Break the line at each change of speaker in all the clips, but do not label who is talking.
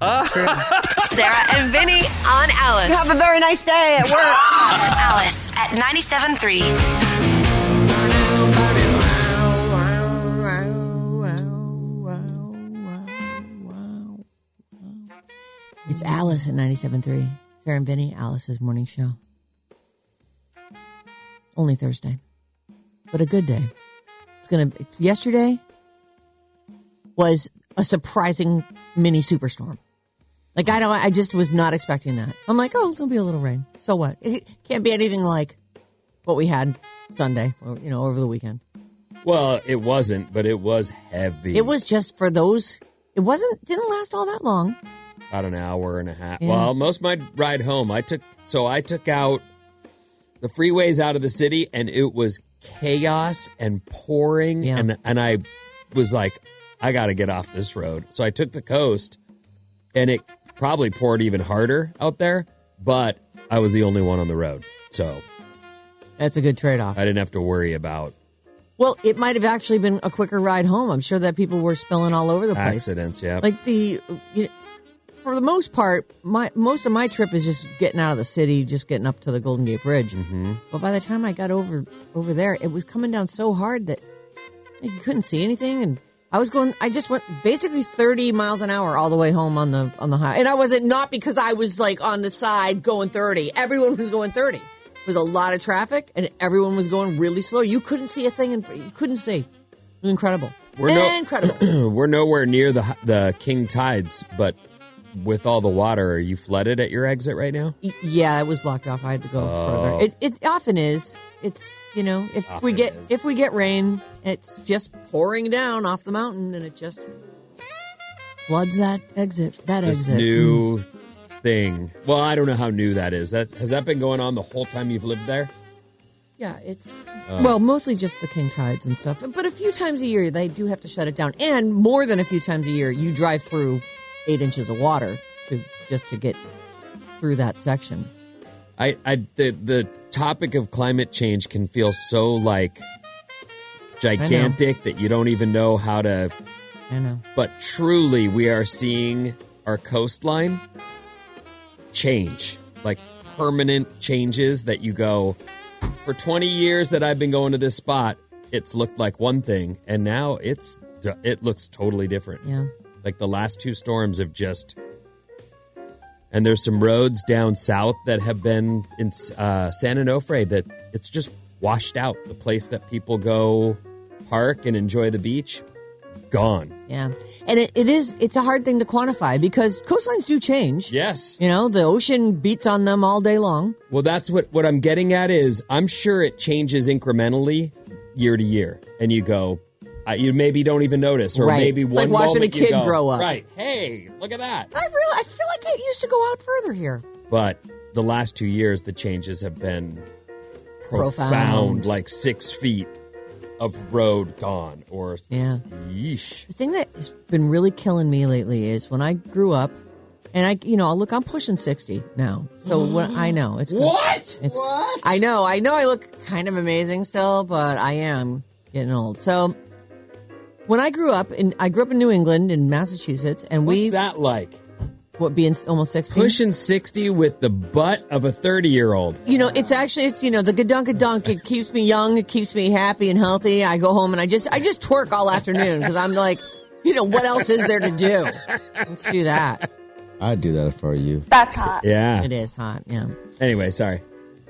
Sarah and Vinny on Alice.
Have a very nice day at work.
Alice at 97.3.
It's Alice at 97.3. Sarah and Vinny, Alice's morning show. Only Thursday, but a good day. It's going to yesterday was a surprising mini superstorm. Like I don't I just was not expecting that. I'm like, "Oh, there'll be a little rain." So what? It can't be anything like what we had Sunday or you know, over the weekend.
Well, it wasn't, but it was heavy.
It was just for those it wasn't didn't last all that long.
about an hour and a half. Well, most of my ride home, I took so I took out the freeways out of the city, and it was chaos and pouring,
Yeah.
and and I was like, I got to get off this road. So I took the coast, and it probably poured even harder out there. But I was the only one on the road, so
That's a good trade-off.
I didn't have to worry about
Well, it might have actually been a quicker ride home. I'm sure that people were spilling all over the place.
accidents. Yeah,
Like the, you know, for the most part, my most of my trip is just getting out of the city, just getting up to the Golden Gate Bridge. Mm-hmm. But by the time I got over over there, it was coming down so hard that you couldn't see anything, and I was going. I just went basically 30 miles an hour all the way home on the on the highway, and I wasn't not because I was like on the side going 30. Everyone was going 30. There was a lot of traffic, and everyone was going really slow. You couldn't see a thing, and you couldn't see. It was incredible.
We're no-
incredible.
we're nowhere near the the king tides, but with all the water, are you flooded at your exit right now?
Y- Yeah, it was blocked off. I had to go further. It, it often is. It's you know if we
Oh. Often
get
is.
if we get rain, it's just pouring down off the mountain, and it just floods that exit. That
this
exit. Mm-hmm.
new thing. Well, I don't know how new that is. That has that been going on the whole time you've lived there?
Yeah, it's
Uh.
well mostly just the king tides and stuff. But a few times a year they do have to shut it down, and more than a few times a year you drive through eight inches of water to just to get through that section.
I, I the the topic of climate change can feel so like gigantic that you don't even know how to.
I know.
But truly, we are seeing our coastline change, like permanent changes that you go. For 20 years that I've been going to this spot, it's looked like one thing, and now it's it looks totally different.
Yeah.
Like the last two storms have just. And there's some roads down south that have been in uh, San Onofre that it's just washed out. The place that people go park and enjoy the beach, gone.
Yeah. And it, it is, it's a hard thing to quantify because coastlines do change.
Yes.
You know, the ocean beats on them all day long.
Well, that's what what I'm getting at is I'm sure it changes incrementally year to year, and you go, I, you maybe don't even notice, or
Right.
maybe
It's
one
like watching a
moment you
kid
go,
grow up.
Right. Hey, look at that.
I really, I feel like it used to go out further here.
But the last two years, the changes have been profound,
Profound.
like six feet of road gone, or
Yeah.
yeesh.
The thing that's been really killing me lately is when I grew up and I, you know, I'll look, I'm pushing 60 now. So when I know it's
What?
It's, I know, I know I look kind of amazing still, but I am getting old. So when I grew up in, I grew up in New England in Massachusetts and
What's
we,
that like?
What being s- almost sixty?
Pushing 60 with the butt of a 30 year old.
You know, it's actually it's you know the gadunka dunk. It keeps me young. It keeps me happy and healthy. I go home and I just I just twerk all afternoon because I'm like, you know, what else is there to do? Let's do that.
I'd do that if I were you.
That's hot.
Yeah.
It is hot. Yeah.
Anyway, sorry.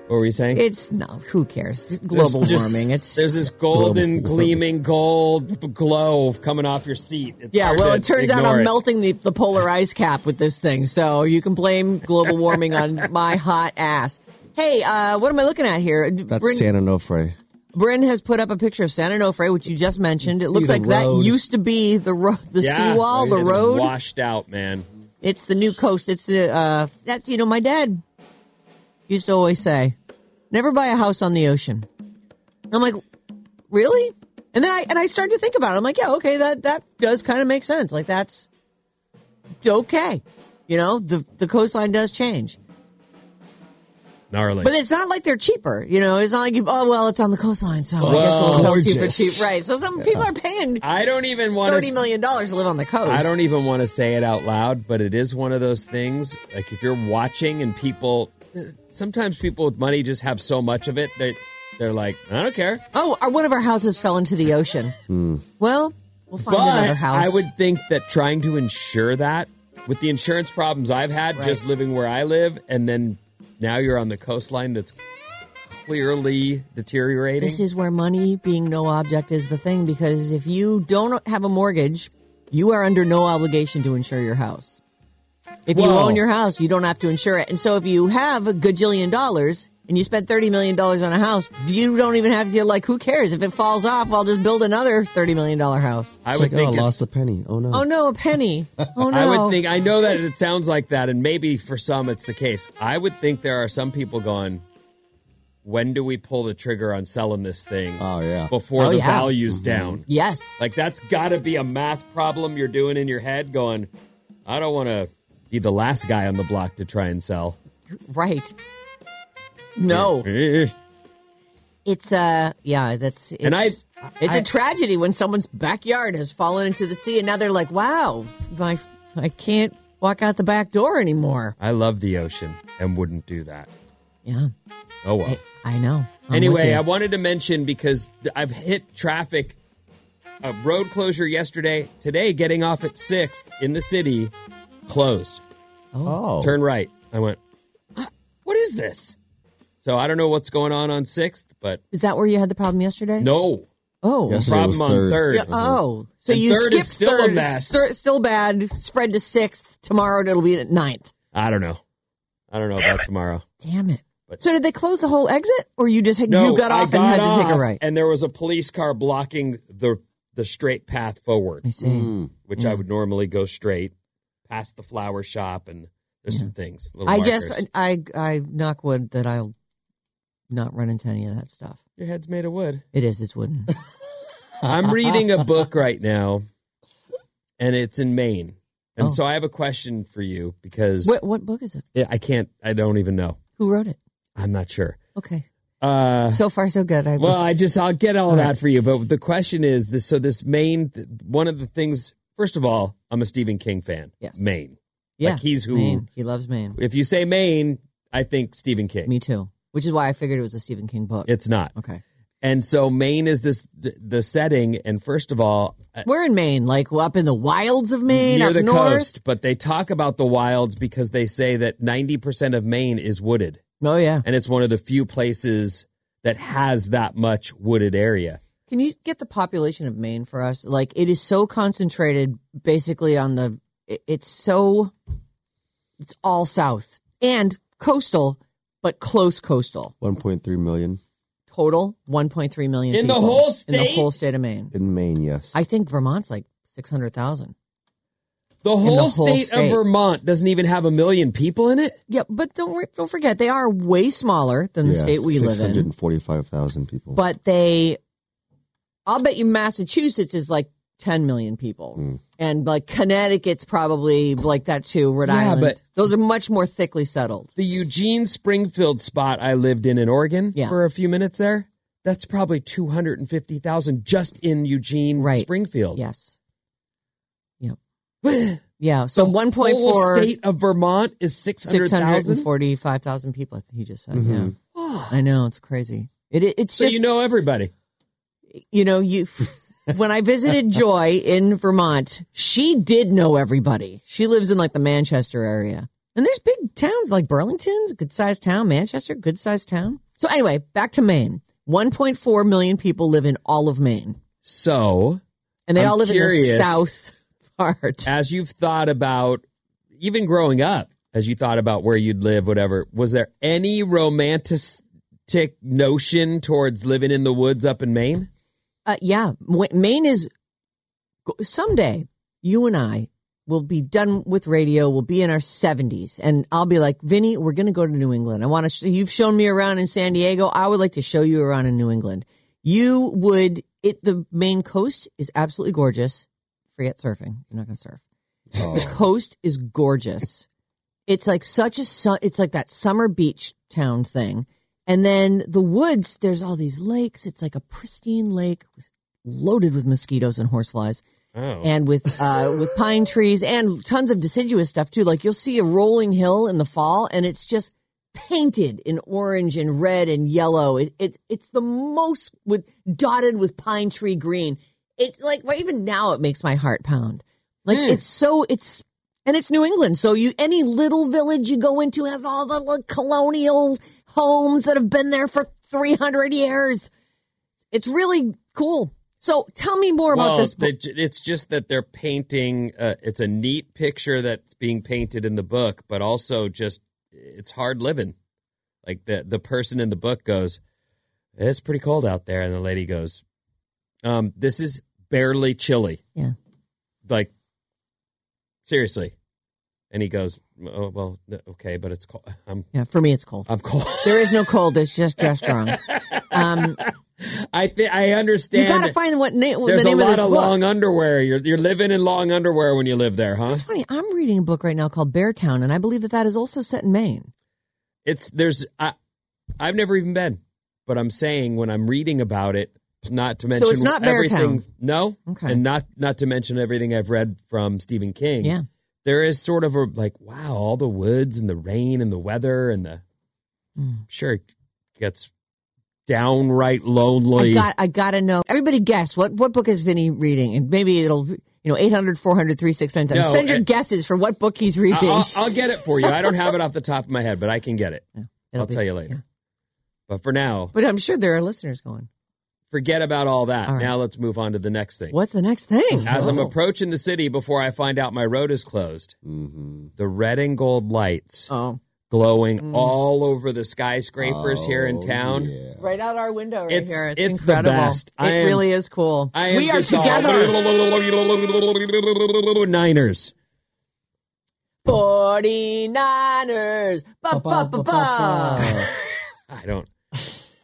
What were you saying?
It's no. Who cares? Global
There's just-
warming. It's
There's this golden, gleaming gold glow coming off your seat. It's
yeah.
hard
Well,
to
it turns out
ignore
I'm
it.
melting the, the polar ice cap with this thing, so you can blame global warming on my hot ass. Hey, uh, what am I looking at here?
That's
Bryn,
San Onofre.
Bryn has put up a picture of San Onofre, which you just mentioned. It looks
the
like that
road.
used to be the ro- the
Yeah,
seawall, the
it's
road.
washed out, man.
It's the new coast. It's the uh that's you know, my dad used to always say, Never buy a house on the ocean. I'm like, Really? And then I and I started to think about it. I'm like, yeah, okay, that that does kind of make sense. Like that's okay. You know, the the coastline does change.
Gnarly.
But it's not like they're cheaper, you know. It's not like you, oh well, it's on the coastline, so I guess
Well,
we'll sell cheap for
gorgeous.
cheap, right? So some people are paying
I don't even want
thirty
to.
million dollars to live on the coast.
I don't even want to say it out loud, but it is one of those things. Like if you're watching and people, sometimes people with money just have so much of it that they're like, I don't care.
Oh, our, one of our houses fell into the ocean. Well, we'll find another
Hmm. But
house.
I would think that trying to insure that with the insurance problems I've had just living where I live, and then now you're on the coastline that's clearly deteriorating.
This is where money being no object is the thing because if you don't have a mortgage, you are under no obligation to insure your house. If you
Whoa.
own your house, you don't have to insure it. And so if you have a gajillion dollars and you spent $30 million on a house, you don't even have to, like, who cares? If it falls off, I'll just build another $30 million house.
I
It's
would
like, oh, I
think. it's-
lost a penny. Oh no.
Oh, no, a penny. Oh, no.
I would think. I know that it sounds like that, and maybe for some it's the case. I would think there are some people going. When do we pull the trigger on selling this thing?
Oh, yeah. Mm-hmm.
Before
Oh,
the
yeah.
value's down.
Yes.
Like that's got to be a math problem you're doing in your head going, I don't want to be the last guy on the block to try and sell.
Right. No.
Eh.
It's uh yeah, that's it's,
And I-
it's
I-
a tragedy when someone's backyard has fallen into the sea and now they're like, wow, my I can't walk out the back door anymore.
I love the ocean and wouldn't do that.
Yeah,
Oh well.
I know. I'm with
anyway,
you.
I wanted to mention because I've hit traffic a road closure yesterday, today getting off at 6th in the city closed.
Oh.
Turn right. I went, "Huh? "What is this?" So I don't know what's going on on 6th, but
is that where you had the problem yesterday?
no.
Oh.
Yes. Yesterday was
Problem on 3rd.
third.
Yeah, oh, so
And
you
third
skipped
is still a
third,
mess.
thir- still bad. Spread to sixth tomorrow. and It'll be at ninth.
I don't know. I don't know about tomorrow.
Damn it! so did they close the whole exit, or you just had
No,
you got
I
off and had to take
off,
a right?
And there was a police car blocking the the straight path forward,
I see.
Mm.
which
Mm.
I would normally go straight past the flower shop and there's some things. Little
Mm. I
markers.
just uh, I I knock wood that I'll not run into any of that stuff.
your head's made of wood.
It is. It's wooden.
I'm reading a book right now, and it's in Maine. And
Oh.
so I have a question for you because
what, what book is it?
I- I can't. I don't even know.
Who wrote it?
I'm not sure.
Okay.
Uh,
So far, so good. I
Well, I just I'll get all that for you. But the question is this: so this Maine, th- one of the things. First of all, I'm a Stephen King fan.
Yes.
Maine.
yeah.
like he's who-
Maine. He loves Maine.
If you say Maine, I think Stephen King.
Me too. Which is why I figured it was a Stephen King book.
It's not.
okay.
And so Maine is this th- the setting. And first of all, uh,
We're in Maine, like up in the wilds of Maine,
near
up
the
north.
coast, but they talk about the wilds because they say that 90% of Maine is wooded,
Oh yeah.
and it's one of the few places that has that much wooded area.
Can you get the population of Maine for us? Like it is so concentrated, basically on the. it- It's so. It's all south and coastal, but close coastal.
1.3 million
total 1.3 million
In the
people.
whole
in the
state?
whole state of Maine.
in Maine. Yes.
I think Vermont's like 600,000.
The
the
whole,
whole
state,
state.
of Vermont doesn't even have a million people in it.
Yeah, but don't wor- don't forget they are way smaller than the
Yeah,
state we live in.
645,000 people.
But they I'll bet you Massachusetts is like 10 million people. And like Connecticut's probably like that too, Rhode
Yeah,
Island.
but-
Those are much more thickly settled.
the Eugene Springfield spot I lived in in Oregon
Yeah.
for a few minutes there. That's probably 250,000 just in Eugene Oh.
Right.
Springfield.
Yes. Yep. Yeah. So
The
one point
whole
four
state of Vermont is 600,000.
645,000 people, I think he just said.
Mhm.
Yeah. I know. It's crazy. It, it- it's
Mm-hmm. So
just,
you know everybody.
you know, you, when I visited Joy in Vermont, she did know everybody. She lives in like the Manchester area. And there's big towns like Burlington's, good sized town, Manchester, good sized town. So anyway, back to Maine. 1.4 million people live in all of Maine.
So,
And they
I'm
all live in
curious.
the south part.
as you've thought about, even growing up, as you thought about where you'd live, whatever, was there any romantic notion towards living in the woods up in Maine?
Uh, yeah, Wa- Maine is. Someday, you and I will be done with radio. We'll be in our seventies, and I'll be like, Vinny, we're going to go to New England. I want to. Sh- you've shown me around in San Diego. I would like to show you around in New England. You would. It the Maine coast is absolutely gorgeous. Forget surfing. You're not going to surf. The coast is gorgeous. It's like such a su- it's like that summer beach town thing. And then the woods, there's all these lakes. It's like a pristine lake with, loaded with mosquitoes and horseflies
Oh.
and with uh, with pine trees and tons of deciduous stuff too. Like you'll see a rolling hill in the fall, and it's just painted in orange and red and yellow. It, it it's the most with dotted with pine tree green. It's like well, even now it makes my heart pound. Like
Hmm.
it's so it's and it's New England, so you any little village you go into has all the little colonial homes that have been there for three hundred years. It's really cool. So tell me more about
Well,
this. book.
they ju- it's just that they're painting. Uh, it's a neat picture that's being painted in the book, but also just it's hard living. Like the the person in the book goes, "It's pretty cold out there," and the lady goes, um, "This is barely chilly."
Yeah.
Like seriously, and he goes, "Oh well, th- okay, but it's cold. I'm
Yeah, for me, it's cold.
I'm cold.
There is no cold. It's just just wrong. Um,
I th- I
you
understand."
got to find what na- the
there's a
name of
lot
this
of
book.
long uh-huh. underwear. You're you're living in long underwear when you live there, huh?
it's funny. I'm reading a book right now called Bear Town, and I believe that that is also set in Maine.
it's there's I, I've never even been, but I'm saying when I'm reading about it, not to mention
it's not Bear
everything.
Town.
No,
Okay.
and not not to mention everything I've read from Stephen King.
Yeah.
there is sort of a like wow, all the woods and the rain and the weather and the
Hmm.
I'm sure it gets downright lonely.
I got I got to know. Everybody, guess what what book is Vinny reading, and maybe it'll you know 800, 400, 3697.
No,
Send your
it-
guesses for what book he's reading.
I'll, I'll get it for you. I don't have it off the top of my head, but I can get it.
It'll
I'll
be-
tell you later. But for now,
But I'm sure there are listeners going.
forget about all that.
All right.
Now let's move on to the next thing.
What's the next thing?
As I'm
Oh.
approaching the city before I find out my road is closed,
Mhm.
the red and gold lights
Mm-hmm. oh,
glowing all over the skyscrapers here in
Oh,
town.
yeah.
right out our window right
It's-
here. It's,
it's the
incredible.
best. I
It
am-
really is cool.
I am
we are
just all-
together.
Niners.
49ers. Ba, ba, ba, ba.
I don't.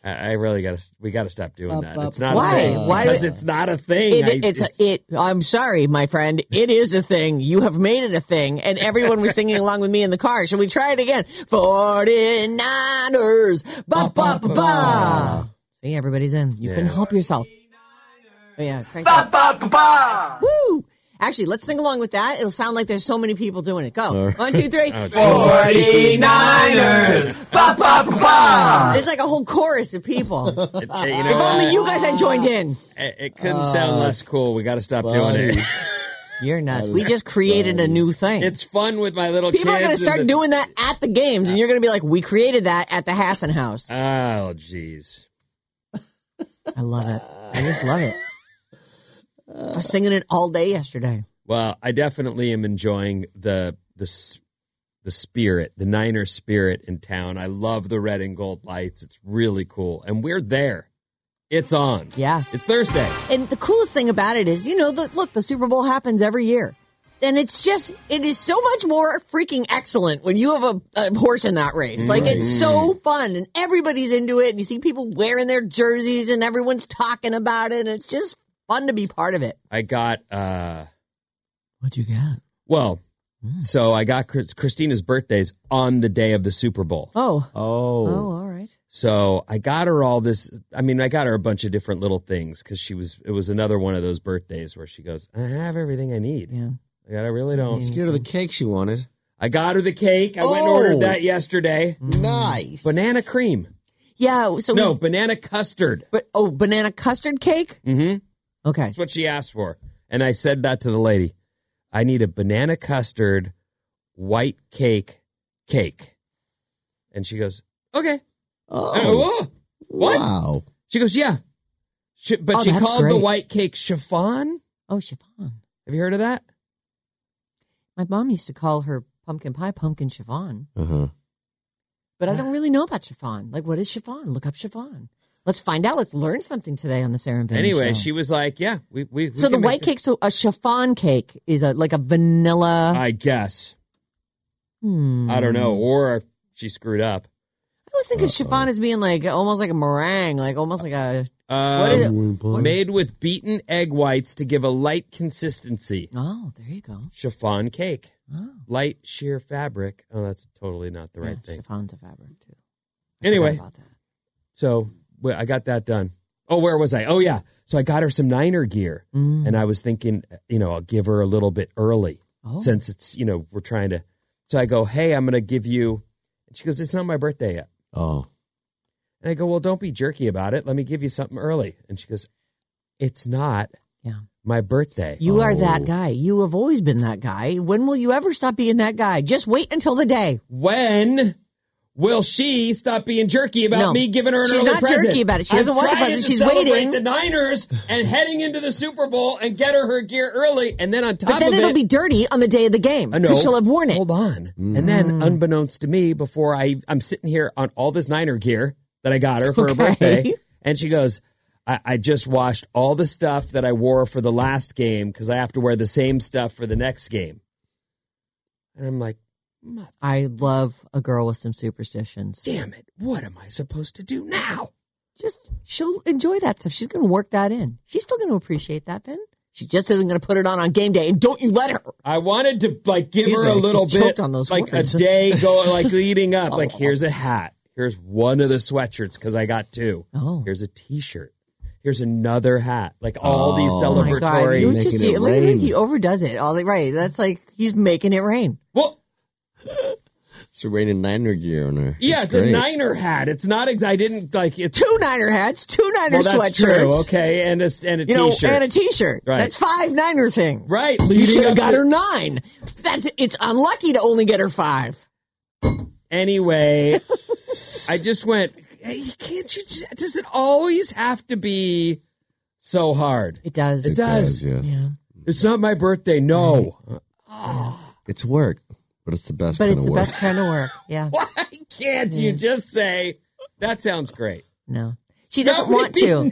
I I really gotta. We gotta stop doing that. It's not.
Why?
A thing.
Why do-
Because it's not a
It,
thing. I-
it's a, it. I'm sorry, my friend. It is a thing. You have made it a thing, and everyone was singing along with me in the car. Shall we try it again? 49ers. Ba ba ba ba. See, everybody's in. You couldn't help yourself. Oh, yeah, crank ba, ba, ba, ba. Woo! Actually, let's sing along with that. It'll sound like there's so many people doing it. Go. One, two, three. 49ers. Ba, ba, ba, ba. It's like a whole chorus of people.
it- you know
If
what?
only you Uh. guys had joined in.
It, it couldn't sound less cool. We gotta stop doing
buddy.
it.
You're nuts. We just created a new thing.
It's fun with my little
People are going to
kids and
start
the-
doing that at the games, and you're going to be like, "We created that at the Hassan House."
Oh, jeez.
I love it. I just love it. I was singing it all day yesterday.
Well, I definitely am enjoying the the s- the spirit, the Niner spirit in town. I love the red and gold lights. It's really cool, and we're there. It's on.
Yeah.
it's Thursday.
And the coolest thing about it is, you know, the, look, the Super Bowl happens every year. And it's just, it is so much more freaking excellent when you have a, a horse in that race. Like, it's so fun and everybody's into it. And you see people wearing their jerseys and everyone's talking about it. And it's just fun to be part of it.
I got uh,
What'd you get?
well,
Hmm.
so I got Chris, Christina's birthdays on the day of the Super Bowl.
Oh.
Oh.
Oh, all right.
So I got her all this. I mean, I got her a bunch of different little things because she was. It was another one of those birthdays where she goes, "I have everything I need."
Yeah.
Like, I really
Let's
don't.
get her the cake she wanted.
I got her the cake. I went and ordered
Oh.
that yesterday.
Nice.
Banana cream.
Yeah. So
No,
we,
banana custard.
but oh, banana custard cake.
Mm-hmm.
Okay.
That's what she asked for. And I said that to the lady. I need a banana custard, white cake, cake. And she goes, okay. And I
Uh,
go,
Oh,
"Whoa, what?
Wow.
She goes, yeah. She, but
Oh,
she
that's
called the
great.
white cake chiffon.
Oh, chiffon.
Have you heard of that?
My mom used to call her pumpkin pie pumpkin chiffon,
Uh huh.
but I don't really know about chiffon. Like, what is chiffon? Look up chiffon. Let's find out. Let's learn something today on the Sarah and Vinny
anyway,
show.
she was like, yeah, we, we, we
So the
can make
white
this-
cake, uh, so a chiffon cake is a like a vanilla.
I guess.
hmm.
I don't know. Or she screwed up.
I was thinking chiffon as being like almost like a meringue, like almost like a.
Um,
What is it?
Made with beaten egg whites to give a light consistency.
Oh, there you go.
Chiffon cake.
Oh,
light sheer fabric. Oh, that's totally not the right
yeah,
thing.
Chiffon's a fabric too. I
Anyway,
forgot about that.
so well, I got that done. Oh, where was I? Oh, yeah. So I got her some Niner gear,
Mm.
and I was thinking, you know, I'll give her a little bit early
Oh.
since it's, you know, we're trying to. So I go, hey, I'm going to give you. And she goes, it's not my birthday yet.
Oh.
And I go, well, don't be jerky about it. Let me give you something early. And she goes, it's not
yeah,
my birthday.
you are that
Oh.
guy. You have always been that guy. When will you ever stop being that guy? Just wait until the day.
When will she stop being jerky about
No.
me giving her an
She's
early
not
present?
jerky about it. She
I'm
doesn't want the
trying
present.
to
She's
celebrate
waiting.
The Niners and heading into the Super Bowl and get her her gear early, and then on top
But then
of
it'll
it,
be dirty on the day of the game
Uh, no.
because she'll have worn it. Mm.
Hold on, and then unbeknownst to me, before I I'm sitting here on all this Niner gear that I got her for her
Okay.
birthday, and she goes. I, I just washed all the stuff that I wore for the last game because I have to wear the same stuff for the next game. And I'm like,
I love a girl with some superstitions.
damn it, what am I supposed to do now?
Just she'll enjoy that stuff. She's going to work that in. She's still going to appreciate that, Ben. She just isn't going to put it on on game day. And don't you let her.
I wanted to like give
Excuse
her
me,
a
I
little
just choked
bit
on those
like
words. Oh.
a day going like leading up. Like here's a hat. Here's one of the sweatshirts because I got two.
Oh.
Here's a T-shirt. Here's another hat. Like all these
Oh.
Oh my God,
celebratory.
you
Making
just
it
you- look at him,
rain.
he overdoes it. All the- right, that's like he's making it rain.
well,
It's raining Niner gear on her.
yeah,
That's
it's a
great.
Niner hat. It's not. Ex- I didn't like it's.
Two Niner hats, two Niner
well, that's
sweatshirts.
true. Okay, and a and a
You know,
shirt
and a T-shirt.
Right.
That's five Niner things.
right.
You
Leading
should
up
have got
to-
her nine. That's it's unlucky to only get her five.
Anyway, I just went. Hey, can't you? Just, does it always have to be so hard?
It does.
It does.
Yes.
Yeah.
It's not my birthday. No.
It's work, but it's the best
But
kind
it's
of
the
work.
best kind of work. Yeah.
Why can't you
Mm.
just say that sounds great?
No. She doesn't want to.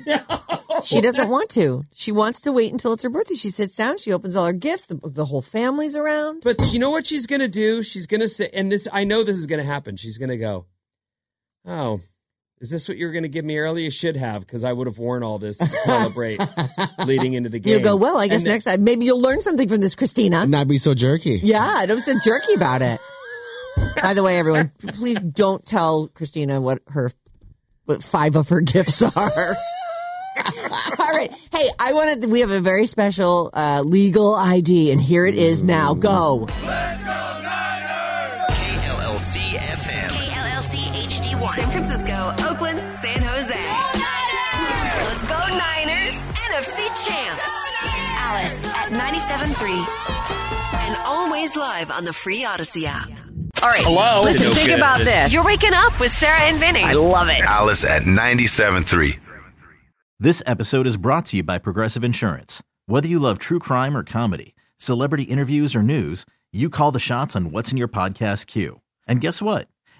She doesn't want to. She wants to wait until it's her birthday. She sits down, she opens all her gifts, the, the whole family's around.
But you know what she's gonna do? She's gonna say, and this I know this is gonna happen. She's gonna go, oh. Is this what you were going to give me earlier? You should have, because I would have worn all this to celebrate leading into the game.
You go, well, I guess
And-
next time maybe you'll learn something from this, Christina.
And not be so jerky.
Yeah, don't be jerky about it. By the way, everyone, please don't tell Christina what her what five of her gifts are. All right. Hey, I wanted. We have a very special uh, legal ID, and here it is now. Go.
KLLC FM.
KLLC HD1. San Francisco, Oakland, San Jose. Los Go Niners. NFC champs. Alice at 97.3. And always live on the free Odyssey app. All right. Hello. Listen, think about this. You're waking up with Sarah and Vinny. I love it.
Alice at 97.3.
This episode is brought to you by Progressive Insurance. Whether you love true crime or comedy, celebrity interviews or news, you call the shots on what's in your podcast queue. And guess what?